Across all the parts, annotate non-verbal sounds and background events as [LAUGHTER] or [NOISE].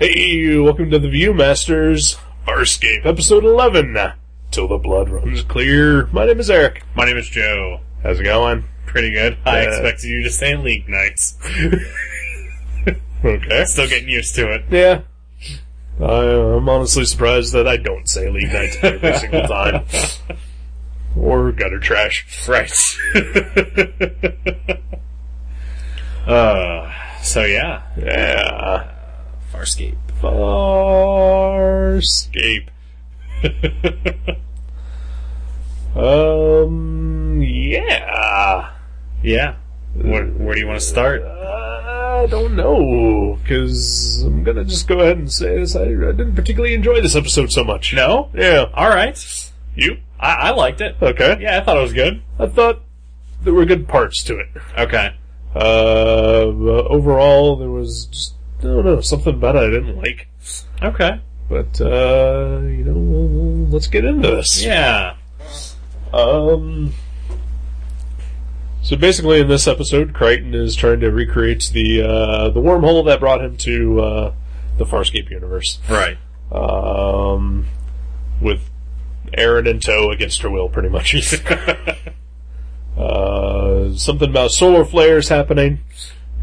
Hey, welcome to the Viewmasters Farscape, episode 11. Till the blood runs clear. My name is Eric. My name is Joe. How's it going? Pretty good. I Yeah. expected you to say league nights. Okay. Still getting used to it. Yeah. I, I'm honestly surprised that I don't say league nights every single time. Or gutter trash. [LAUGHS] Right. uh, so yeah, Yeah. Farscape. Farscape. [LAUGHS] Um, yeah. Yeah. Where, where do you want to start? I don't know, because I'm gonna just go ahead and say this. I, I didn't particularly enjoy this episode so much. No. Yeah. All right. You? I, I liked it. Okay. Yeah, I thought it was good. I thought there were good parts to it. Okay. Uh, but overall, there was just, I don't know, something about it I didn't like. Okay. But, uh, you know, we'll, we'll- let's get into this. Yeah. Um, so basically, in this episode, Crichton is trying to recreate the, uh, the wormhole that brought him to, uh, the Farscape universe. [LAUGHS] Right. um, with Aaron in tow against her will, pretty much. [LAUGHS] uh, something about solar flares happening,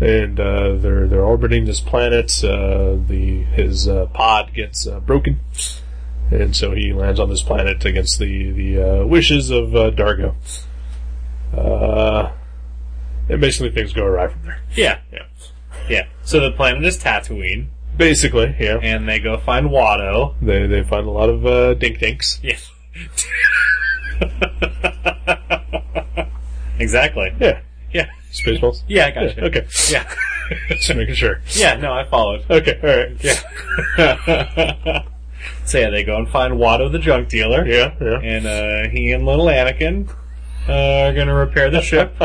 and uh, they're they're orbiting this planet. Uh, the his uh, pod gets uh, broken, and so he lands on this planet against the the uh, wishes of uh, Dargo. Uh, and basically, things go awry from there. Yeah. Yeah. Yeah. So the planet is Tatooine, Basically, yeah, and they go find Watto. they they find a lot of uh, dink dinks. Yeah. [LAUGHS] exactly. Yeah, Yeah. spaceballs. Yeah, I gotcha. Okay. Yeah. [LAUGHS] Just making sure. Yeah, no, I followed. Okay, alright. Yeah. [LAUGHS] so yeah, they go and find Watto the junk dealer. Yeah, yeah. And uh, he and little Anakin uh, are gonna repair the ship. [LAUGHS]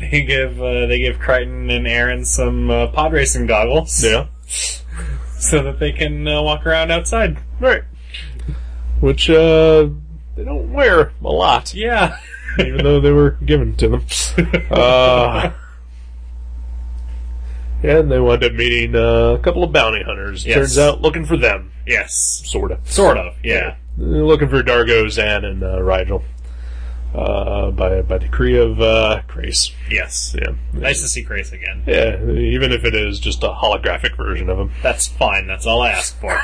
they give uh, they give Crichton and Aaron some uh, pod racing goggles. Yeah. So that they can uh, walk around outside. Right. Which, uh, they don't wear a lot, [LAUGHS] [LAUGHS] Yeah. even though they were given to [LAUGHS] them. Uh, yeah, and they wind up meeting uh, a couple of bounty hunters. Yes. Turns out looking for them, yes. sorta. Sort of, yeah. They're looking for Dargo, Zan, and uh, Rigel. Uh, by by decree of uh, Grace. Yes. Yeah. Nice to see Grace again. Yeah, even if it is just a holographic version of him. That's fine. That's all I ask [LAUGHS] for.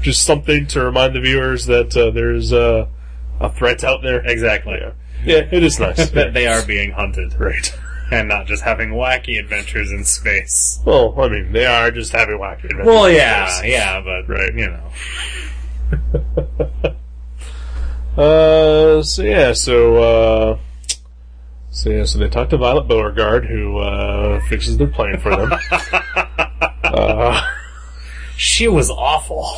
just something to remind the viewers that uh, there's uh, a threat out there. Exactly. Yeah, yeah it is nice. [LAUGHS] That [LAUGHS] they are being hunted Right. [LAUGHS] and not just having wacky adventures in space. Well, I mean, they are just having wacky adventures. Well, yeah, yeah, but right, you know, Uh, so yeah, so uh, so yeah, so they talk to Violet Beauregard, who uh, fixes their plane for [LAUGHS] them. uh, she was awful.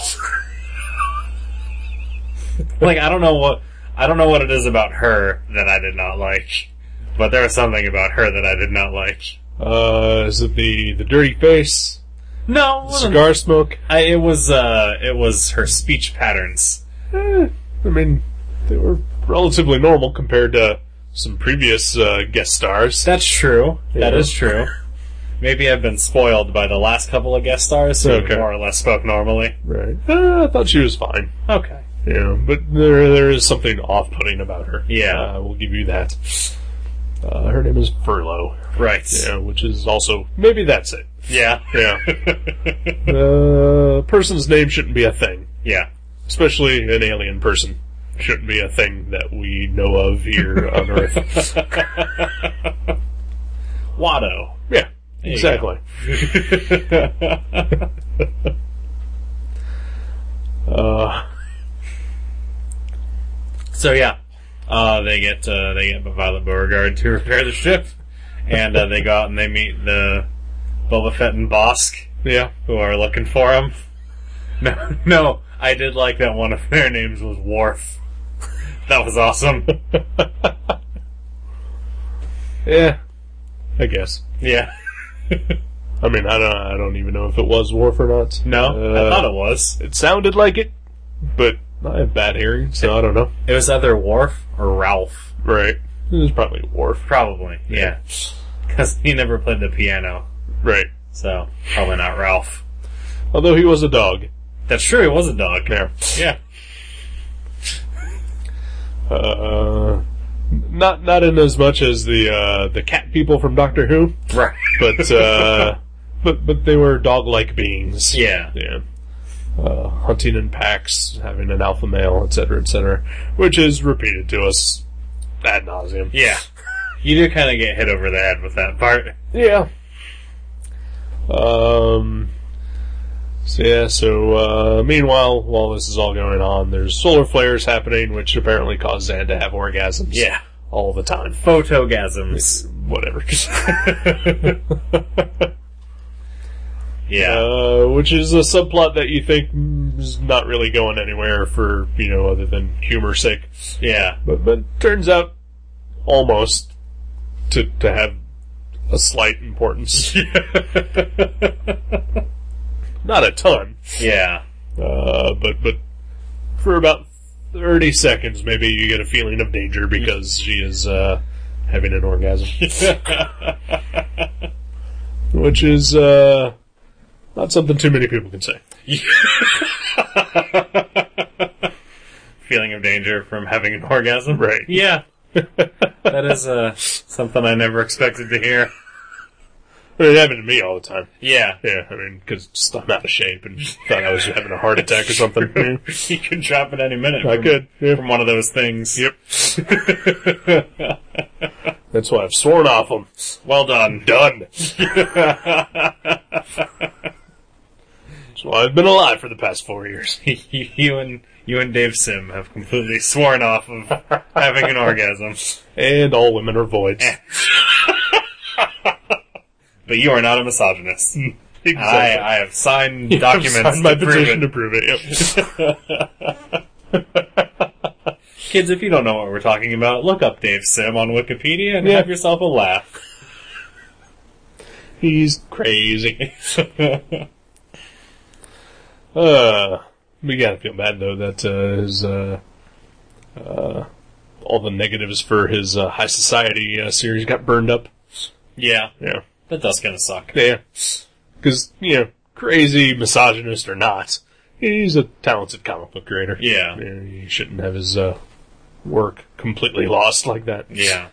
[LAUGHS] like I don't know what I don't know what it is about her that I did not like, but there was something about her that I did not like. uh, is it the the dirty face, No, it the wasn't- cigar smoke? I, it was uh, it was her speech patterns. Eh, I mean, they were relatively normal compared to some previous uh, guest stars. That's true. That Yeah. is true. Maybe I've been spoiled by the last couple of guest stars, so Okay. more or less spoke normally. Right. Uh, I thought she was fine. Okay. Yeah, but there there is something off-putting about her. Yeah. uh, we'll give you that. Uh, her name is Furlough. Right. Yeah, which is also maybe that's it. Yeah. Yeah, [LAUGHS] uh, person's name shouldn't be a thing, Yeah. especially an alien person. Shouldn't be a thing that we know of here [LAUGHS] on Earth. [LAUGHS] Watto. Yeah, you exactly. uh, So yeah, uh, they get uh, they get Violet Beauregard to repair the ship, and uh, they go out and they meet the Boba Fett and Bosk, yeah, [LAUGHS] who are looking for him. [LAUGHS] No, no, I did like that one of their names was Worf. [LAUGHS] That [LAUGHS] was awesome. yeah. I guess. Yeah. I mean, I don't. I don't even know if it was Worf or not. No, Uh, I thought it was. It sounded like it, but I have bad hearing, so I don't know. It was either Worf or Ralph, Right. It was probably Worf. [LAUGHS] probably. Yeah, because he never played the piano. Right. So probably not Ralph. Although he was a dog. That's true. He was a dog. There. [LAUGHS] Yeah. Uh, not not in as much as the uh, the cat people from Doctor Who, Right. but [LAUGHS] uh, but but they were dog like beings. yeah. Yeah. Uh, hunting in packs, having an alpha male, etc., etc., which is repeated to us ad nauseum. Yeah. You do kind of get hit over the head with that part. Yeah. Um. So yeah. So uh, meanwhile, while this is all going on, there's solar flares happening, which apparently cause Zan to have orgasms. Yeah. All the time. Photogasms. Whatever. [LAUGHS] [LAUGHS] Yeah. uh, which is a subplot that you think mm, is not really going anywhere for you know other than humor sake, [LAUGHS] yeah. but but turns out almost to to have a slight importance. [LAUGHS] not a ton. [LAUGHS] Yeah. Uh, but but for about thirty seconds, maybe you get a feeling of danger because she is uh, having an orgasm, [LAUGHS] which is uh, not something too many people can say. Feeling of danger from having an orgasm. Right. [LAUGHS] Yeah. that is uh, something I never expected to hear. I mean, it happened to me all the time. Yeah. Yeah, I mean, because I'm out of shape and [LAUGHS] thought I was having a heart attack or [LAUGHS] something. Yeah, [LAUGHS] you could drop it any minute. I from- could. Yeah. From one of those things. Yep. That's why I've sworn off them. Well done. [LAUGHS] Done. That's why I've been alive for the past four years. [LAUGHS] you and you and Dave Sim have completely sworn off [LAUGHS] of having an orgasm, And all women are [LAUGHS] voids. but you are not a [LAUGHS] misogynist. I, I have signed documents Signed my to prove petition it. to prove it. Yep. Kids, if you don't know what we're talking about, look up Dave Sim on Wikipedia and Yeah. have yourself a laugh. [LAUGHS] [LAUGHS] [LAUGHS] He's crazy. uh, we gotta feel bad though that uh, his uh, uh, all the negatives for his uh, high society uh, series got burned up. Yeah, Yeah, that does kind of suck. yeah. Because you know, crazy misogynist or not, he's a talented comic book creator. Yeah. yeah he shouldn't have his uh, work completely lost like that. Yeah,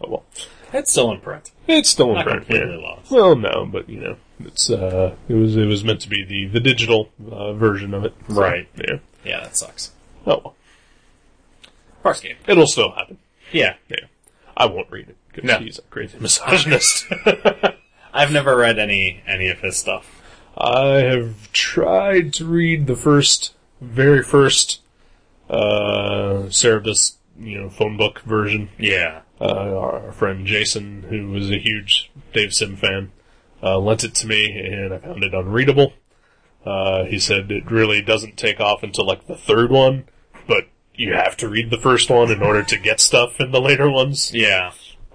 Oh, well, it's still in print. it's still in Not print. completely yeah. lost. Well, no, but you know, it's uh, it was it was meant to be the the digital uh, version of it, So, Right. Yeah. Yeah, that sucks. Oh, well. Parks game. it'll still happen. Yeah, Yeah. I won't read it because No. he's a crazy misogynist. [LAUGHS] I've never read any any of his stuff. I have tried to read the first, very first, uh, Cerebus, you know, phone book version. Yeah, uh, our friend Jason, who was a huge Dave Sim fan, uh, lent it to me, and I found it unreadable. Uh, he said it really doesn't take off until like the third one, but you have to read the first one in order to get stuff in the later ones. yeah,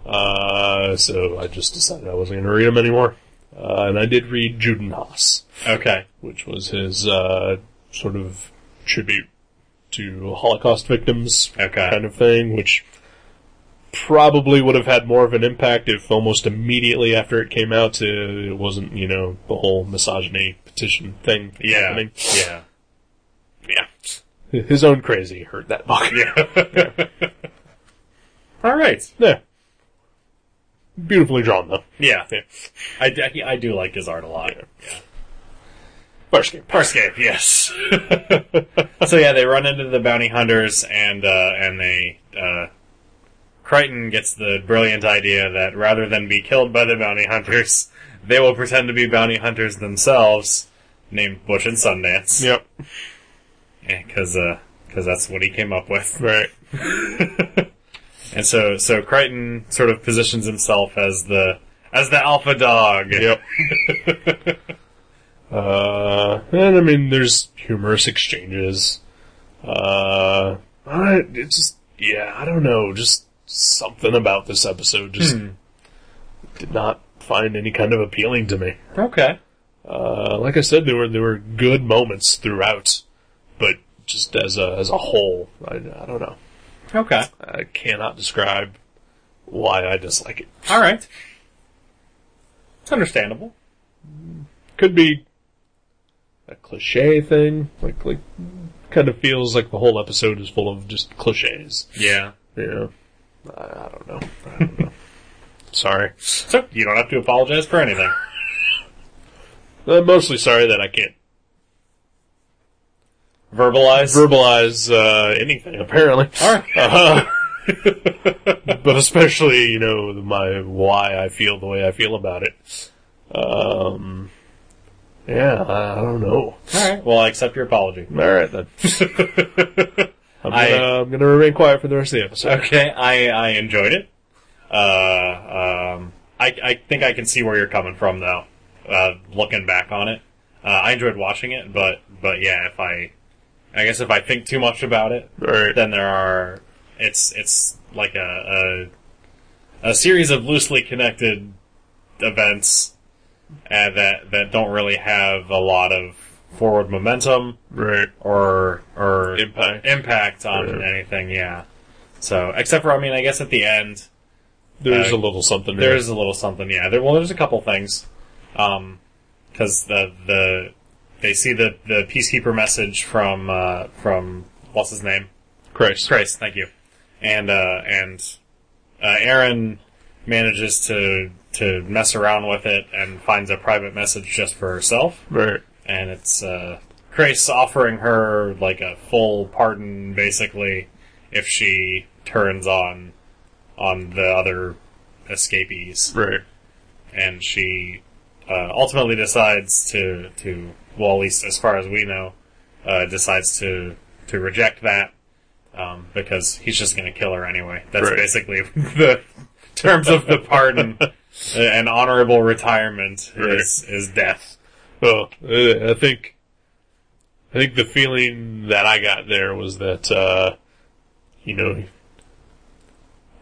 Uh, so I just decided I wasn't going to read them anymore. Uh, and I did read Judenhaas, okay, which was his uh, sort of tribute to Holocaust victims okay, kind of thing, which probably would have had more of an impact if almost immediately after it came out, uh, it wasn't, you know, the whole misogyny petition thing yeah, happening. yeah, Yeah. His own crazy hurt that book. Yeah. [LAUGHS] All right. yeah. Beautifully drawn, though. Yeah, Yeah. I, d- I do like his art a lot. Farscape. Farscape, yes. [LAUGHS] so yeah, they run into the bounty hunters, and uh, and they uh, Crichton gets the brilliant idea that rather than be killed by the bounty hunters, they will pretend to be bounty hunters themselves, named Bush and Sundance. Yep. because uh, that's what he came up with. [LAUGHS] Right. And so so Crichton sort of positions himself as the as the alpha dog. Yep. [LAUGHS] uh, and I mean, there's humorous exchanges. Uh, I, it just, yeah, I don't know, just something about this episode just did not find any kind of appealing to me. Okay. Uh, like I said, there were there were good moments throughout, but just as a as a whole, I, I don't know. Okay. I cannot describe why I dislike it. All right. It's understandable. could be a cliche thing. Like, like, kind of feels like the whole episode is full of just cliches. Yeah. You know, I, I don't know. I don't know. [LAUGHS] Sorry. So you don't have to apologize for anything. I'm mostly sorry that I can't Verbalize. verbalize uh, anything. Apparently. [LAUGHS] All right. Uh, [LAUGHS] but especially, you know, my why I feel the way I feel about it. Um, yeah, I I don't know. All right. Well, I accept your apology. All right [LAUGHS] then. I'm, I- gonna, I'm gonna remain quiet for the rest of the episode. Okay. I I enjoyed it. Uh, um, I I think I can see where you're coming from though. Uh, looking back on it, uh, I enjoyed watching it, but but yeah, if I, I guess if I think too much about it, All right. then there are it's it's like a a, a series of loosely connected events uh, that that don't really have a lot of forward momentum Right. or or Impact. impact on Yeah. anything. Yeah. So except for I mean I guess at the end There's Uh, a little something there there. is a little something. Yeah. There well there's a couple things. Um 'cause because the the they see the the peacekeeper message from uh from what's his name Christ. Christ, thank you. And uh, and uh, Aaron manages to to mess around with it and finds a private message just for herself, Right. and it's uh, Christ offering her like a full pardon, basically, if she turns on on the other escapees, Right. and she uh, ultimately decides to to well, at least as far as we know, uh, decides to to reject that um, because he's just going to kill her anyway. That's Right. basically [LAUGHS] the terms of the [LAUGHS] pardon. Uh, An honorable retirement Right. is is death. Well, uh, I think, I think the feeling that I got there was that, uh, you know,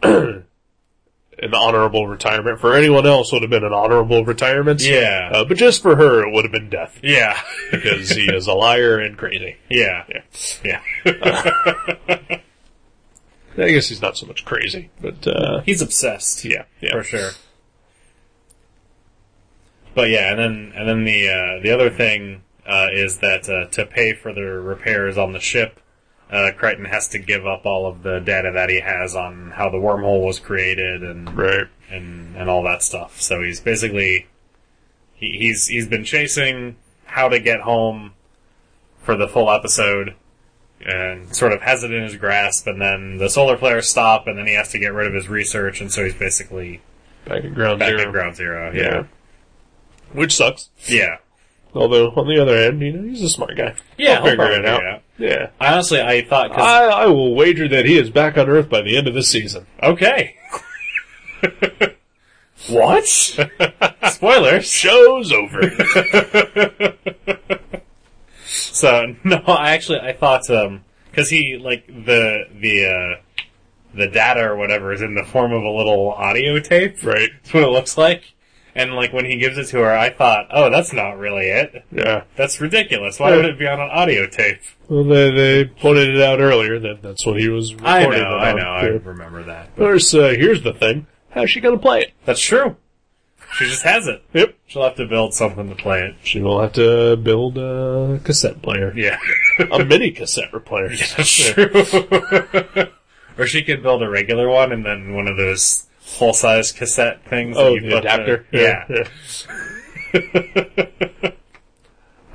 [CLEARS THROAT] an honorable retirement for anyone else would have been an honorable retirement. Yeah. Uh, but just for her, it would have been death [LAUGHS] Yeah, because he is a liar and crazy. yeah, Yeah. yeah. I guess he's not so much crazy, but, uh, [LAUGHS] He's obsessed. yeah, yeah. for sure. But yeah, and then and then the uh, the other thing uh, is that uh, to pay for the repairs on the ship, uh, Crichton has to give up all of the data that he has on how the wormhole was created and Right. and and all that stuff. So he's basically he, he's he's been chasing how to get home for the full episode and sort of has it in his grasp and then the solar flares stop and then he has to get rid of his research and so he's basically Back at ground back zero. at ground zero. Yeah. Which sucks. Yeah. Although, on the other hand, you know, he's a smart guy. Yeah, He'll figure probably it out. Yeah. I honestly, I thought, cause, I, I will wager that he is back on Earth by the end of this season. [LAUGHS] okay. What? Spoilers. Show's over. So, [LAUGHS] no, I actually, I thought, um, cause he, like, the, the, uh, the data or whatever is in the form of a little audio [LAUGHS] tape. right. That's what it looks like. And, like, when he gives it to her, I thought, oh, that's not really it. Yeah. That's ridiculous. Why would it be on an audio tape? Well, they, they pointed it out earlier that that's what he was recording. I know, it I on. know, I Yeah. remember that. Of course, uh, here's the thing. How's she gonna play it? That's true. She just has it. Yep. She'll have to build something to play it. She will have to build a cassette player. Yeah. [LAUGHS] A mini cassette player. [LAUGHS] True. [LAUGHS] or she could build a regular one and then one of those full size cassette things. that Oh, you the put the- adapter. yeah. yeah.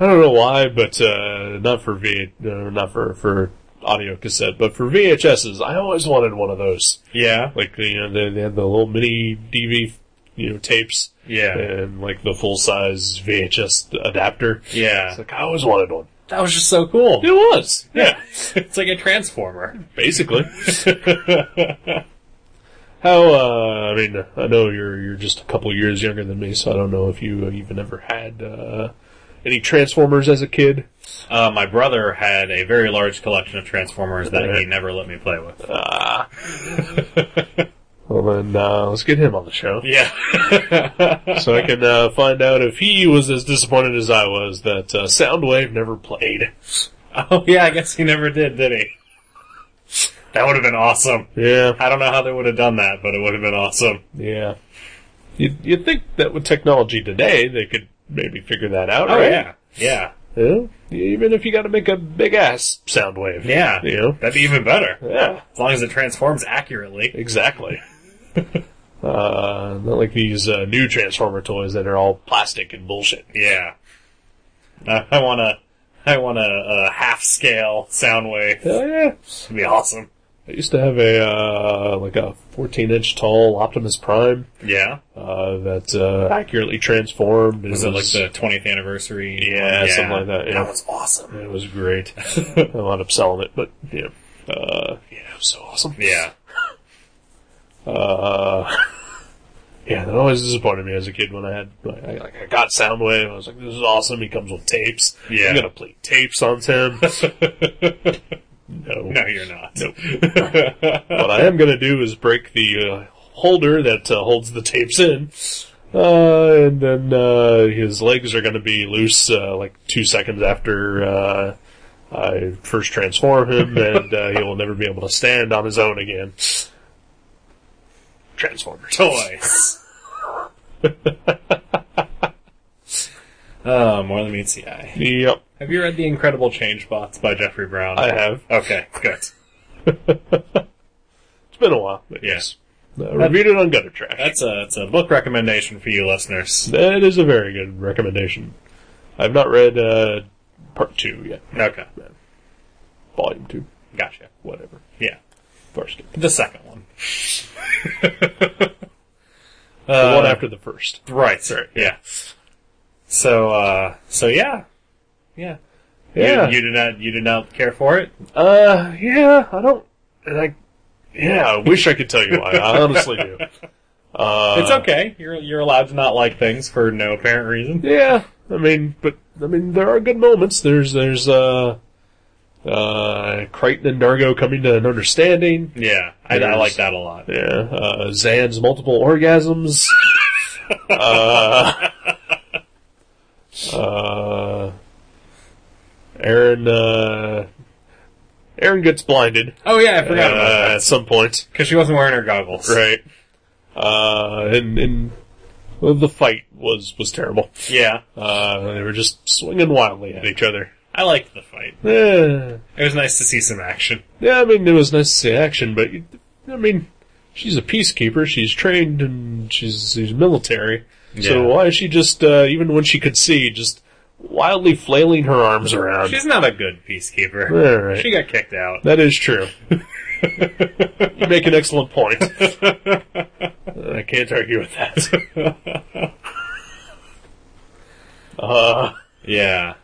I don't know why, but uh, not for V, uh, not for for audio cassette, but for VHSs, I always wanted one of those. Yeah. Like you know, they, they had the little mini DV, you know, tapes, Yeah. and like the full size VHS adapter. Yeah. It's like I always wanted one. That was just so cool. It was, yeah, [LAUGHS] it's like a transformer. basically. [LAUGHS] How uh, I mean, I know you're you're just a couple years younger than me, so I don't know if you uh, even ever had uh, any Transformers as a kid. Uh, my brother had a very large collection of Transformers that he Right. never let me play with. [LAUGHS] Ah. well then, uh, let's get him on the show Yeah. [LAUGHS] so I can uh, find out if he was as disappointed as I was that uh, Soundwave never played. oh, yeah, I guess he never did, did he? That would have been awesome. Yeah, I don't know how they would have done that, but it would have been awesome. yeah. You'd, you'd think that with technology today, they could maybe figure that out. Oh right? yeah, yeah, Yeah. Even if you got to make a big ass sound wave. yeah. You know? That'd be even better Yeah. as long as it transforms accurately. Exactly. [LAUGHS] uh, not like these uh, new Transformer toys that are all plastic and bullshit. Yeah. Uh, I want a, I want a, a half scale sound wave. Hell yeah. It'd be awesome. I used to have a uh, like a 14 inch tall Optimus Prime Yeah. uh, that uh, accurately transformed. Was it like the 20th anniversary? Yeah, something like that, yeah. That was awesome. It was great. [LAUGHS] I wound up selling it, but yeah, uh, yeah, it was so awesome. Yeah. Uh, yeah, that always disappointed me as a kid when I had like I, like, I got Soundwave. I was like, "This is awesome." He comes with tapes. Yeah. I'm gonna play tapes on Tim. [LAUGHS] no, No, you're not. [LAUGHS] Nope. what I am gonna do is break the uh, holder that uh, holds the tapes in. Uh, and then uh, his legs are going to be loose uh, like two seconds after uh, I first transform him, and uh, he will never be able to stand on his own again. Transformers. [LAUGHS] Toys. [LAUGHS] Uh, more than meets the eye. Yep, Have you read The Incredible Change Bots by Jeffrey Brown? I have. Okay, good. It's been a while. But Yeah. yes. Uh, reviewed it on Gutter Trash. That's a, that's a book recommendation for you listeners. That is a very good recommendation. I've not read uh, part two yet, Okay, volume two, gotcha. whatever. Yeah. First, the The second [LAUGHS] one. one after the first. Uh, Right. Yeah. So, uh, so yeah. Yeah. You- Yeah, You, did not, you did not care for it? Uh, yeah, I don't. And I, yeah, I wish I could tell you why. I honestly do. Uh, it's okay. You're, you're allowed to not like things for no apparent reason. [LAUGHS] Yeah, I mean, but I mean, there are good moments. There's there's uh, uh, Crichton and Dargo coming to an understanding. Yeah. I, I There's- like that a lot. Yeah, uh, Zan's multiple [LAUGHS] orgasms. uh, uh, Aaron, uh, Aaron gets blinded Oh yeah, I uh, forgot about that. at some point. Cause she wasn't wearing her goggles. Right. Uh, and, and well, the fight was, was terrible. Yeah. Uh, they were just swinging wildly at each other. I liked the fight. Eh, It was nice to see some action. yeah, I mean, it was nice to see action, but, you, I mean, she's a peacekeeper, she's trained, and she's, she's military. So Yeah. why is she just, uh, even when she could see, just wildly flailing her arms around? She's not a good peacekeeper. All right. She got kicked out. That is [LAUGHS] true. you make an excellent point. [LAUGHS] I can't argue with that. [LAUGHS] uh, Yeah.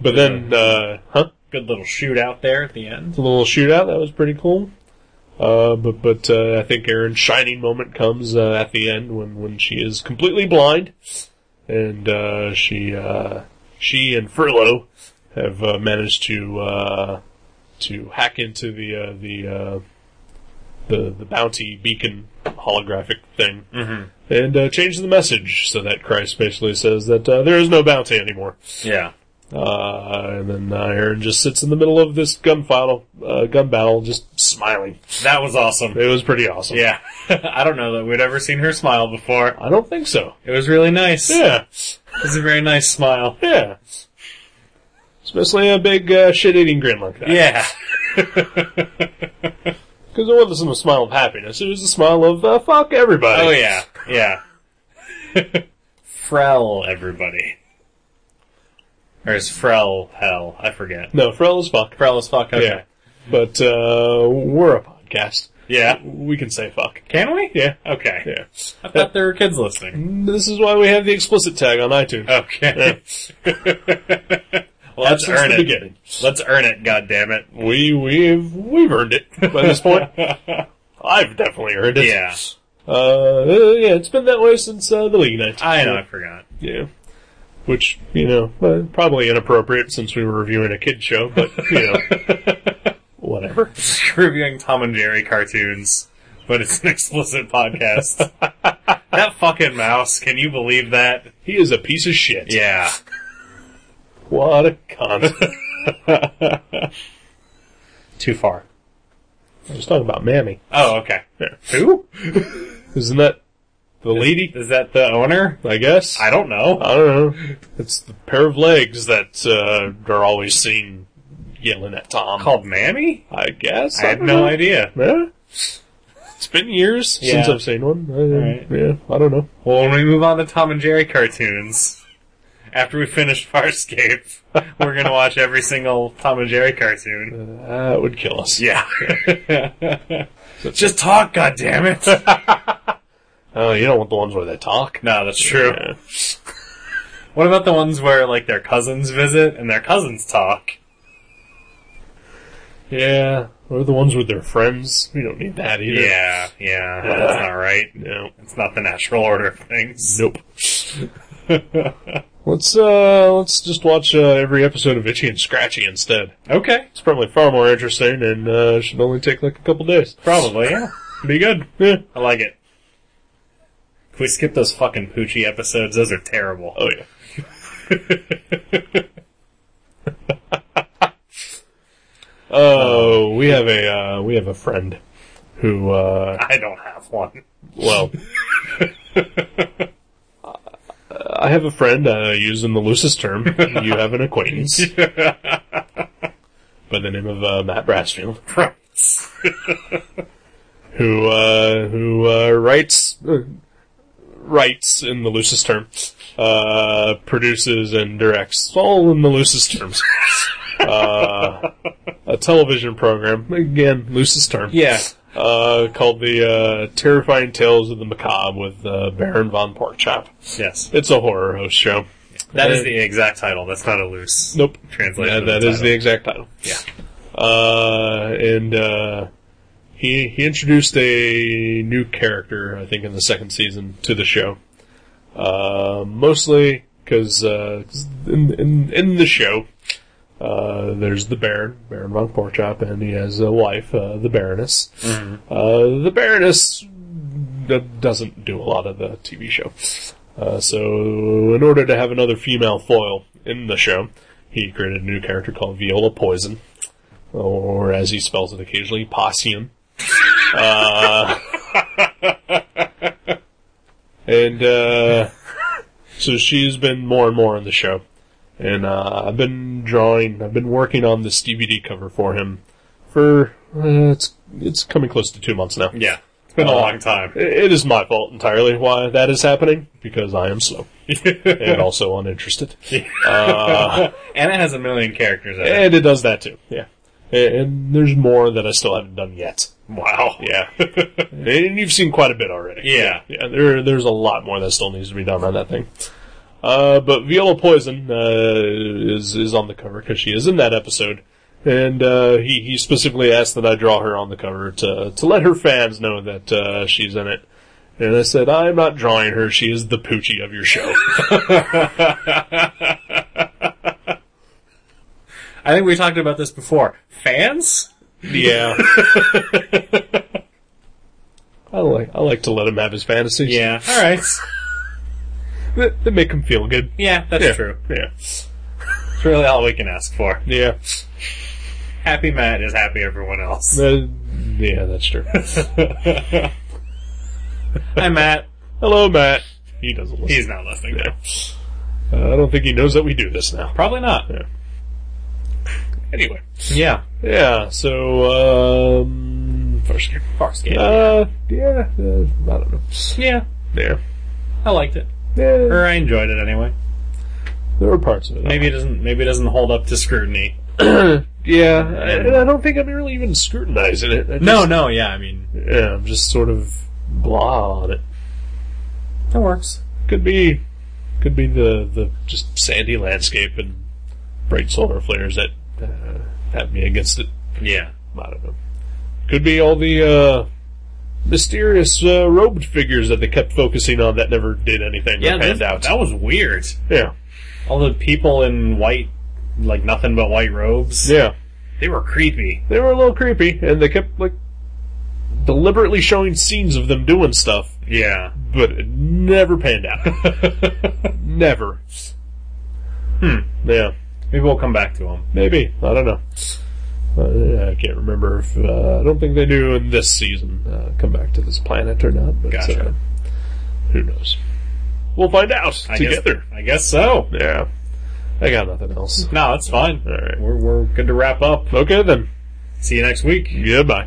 but then, uh, huh? Good little shootout there at the end. A little shootout. That was pretty cool. Uh, but but uh, I think Erin's shining moment comes uh, at the end when, when she is completely blind, and uh, she uh, she and Furlough have uh, managed to uh, to hack into the uh, the uh, the the bounty beacon holographic thing and uh, change the message so that Christ basically says that uh, there is no bounty anymore. Yeah. Uh, and then uh, Aaron just sits in the middle of this gun battle, uh, gun battle, just smiling. That was awesome. It was pretty awesome. Yeah. [LAUGHS] I don't know that we'd ever seen her smile before. I don't think so. It was really nice. Yeah, It was a very nice smile. yeah. Especially a big uh, shit-eating grin like that. Yeah. because it wasn't a smile of happiness; it was a smile of uh, "fuck everybody." Oh yeah. Yeah. [LAUGHS] Frel everybody. Or is Frel hell? I forget. No, Frell is fuck. Frel is fuck. Yeah, but uh, we're a podcast. Yeah. We can say fuck. Can we? Yeah, Okay. yeah. I thought there were kids listening. This is why we have the explicit tag on iTunes. Okay. Oh, [LAUGHS] Let's Since earn the it. beginning. Let's earn it, goddammit. We we've we've earned it by this [LAUGHS] point. I've definitely earned it. Yeah. Uh, uh, yeah, it's been that way since uh, the league night. I know, I forgot. Yeah. Which you know uh, probably inappropriate since we were reviewing a kid show, but you know [LAUGHS] whatever. Reviewing Tom and Jerry cartoons, but it's an explicit podcast. that fucking mouse, can you believe that? He is a piece of shit. Yeah. What a cunt. Too far. I was talking about Mammy. Oh, okay. Yeah. Who? Isn't that The lady, Is that the owner? I guess. I don't know. I don't know. It's the pair of legs that uh, are always seen yelling at Tom. Called Mammy? I guess. I had don't no know. idea. Yeah. It's been years since Yeah. I've seen one. I, uh, Alright. Yeah, I don't know. Well, when we move on to Tom and Jerry cartoons, after we finish Farscape, [LAUGHS] we're gonna watch every single Tom and Jerry cartoon. That would kill us. Yeah. [LAUGHS] Just talk, goddammit! Oh, you don't want the ones where they talk. no, that's true. Yeah. What about the ones where, like, their cousins visit and their cousins talk? yeah. Or the ones with their friends. We don't need that either. Yeah, yeah, [LAUGHS] that's not right. No. It's not the natural order of [LAUGHS] things. Nope. let's uh let's just watch uh, every episode of Itchy and Scratchy instead. Okay. It's probably far more interesting and uh, should only take like a couple days. Probably, yeah. Be good. Yeah. I like it. Can we skip those fucking Poochie episodes? Those are terrible. Oh yeah. [LAUGHS] Oh, we have a uh, we have a friend who uh, I don't have one. [LAUGHS] well, [LAUGHS] I have a friend uh, used in the loosest term. You have an acquaintance by the name of uh, Matt Brassfield, who uh, who uh, writes uh, writes in the loosest term, uh, produces and directs all in the loosest [LAUGHS] terms. Uh, a television program again, loosest term yeah. uh, called the uh, Terrifying Tales of the Macabre with uh, Baron von Porkchop. Yes. It's a horror host show. That is the exact title. That's not a loose nope. translation. Yeah, of that the is the title. exact title. Yeah. Uh, and uh, he he introduced a new character, I think, in the second season to the show. Uh, mostly because uh, 'cause in, in in the show, uh, there's the Baron, Baron von Porchop, and he has a wife, uh, the Baroness. Uh, the Baroness d- doesn't do a lot of the TV show. Uh, so, in order to have another female foil in the show, he created a new character called Viola Poison, or as he spells it occasionally, Possium. uh, [LAUGHS] and uh, so she's been more and more in the show. And uh, I've been drawing, I've been working on this DVD cover for him for, uh, it's, it's coming close to two months now. Yeah. It's been a Uh, long time. It is my fault entirely why that is happening because I am slow and also uninterested, and it has a million characters in it. and it does that too. Yeah, and, and there's more that I still haven't done yet. Wow. Yeah, and you've seen quite a bit already. Yeah. yeah. There, there's a lot more that still needs to be done on that thing. Uh, but Viola Poison uh, is is on the cover because she is in that episode, and uh, he he specifically asked that I draw her on the cover to to let her fans know that uh, she's in it. And I said, I'm not drawing her. She is the poochie of your [LAUGHS] show. I think we talked about this before. Fans? [LAUGHS] yeah. [LAUGHS] I like I like to let him have his fantasies. Yeah. All right. that, that make him feel good. Yeah, that's Yeah. true. Yeah, It's really all we can ask for. yeah, Happy Matt is happy everyone else. Uh, yeah. That's true. [LAUGHS] Hi, Matt. Hello, Matt. He doesn't listen. He's not listening Yeah. though. Uh, I don't think he knows that we do this now. Probably not. Yeah. Anyway. Yeah. Yeah, so, um, first game. Farscape. Uh, yeah, uh, I don't know. yeah. Yeah. I liked it. Yeah, Or I enjoyed it anyway. there were parts of it. Maybe it doesn't maybe it doesn't hold up to scrutiny. [CLEARS THROAT] yeah, and I don't think I'm really even scrutinizing it. I just, No, no, yeah, I mean Yeah, I'm just sort of blah on it. that works. Could be, could be the, the just sandy landscape and bright solar flares that uh, have me against it. Yeah. I don't know. Could be all the uh, mysterious uh, robed figures that they kept focusing on that never did anything Yeah, or panned this- out. that was weird. yeah, All the people in white like nothing but white robes. yeah. They were creepy. They were a little creepy, and they kept like deliberately showing scenes of them doing stuff, Yeah. but it never panned out. [LAUGHS] never. Hmm. Yeah. Maybe we'll come back to them. Maybe I don't know. Uh, yeah, I can't remember if uh, I don't think they do in this season. Uh, come back to this planet or not? But, Gotcha. uh, Who knows? We'll find out I together. Guess, I guess so. Yeah. I got nothing [LAUGHS] else. No, it's fine. All right. We're, we're good to wrap up. Okay then. See you next week. Goodbye.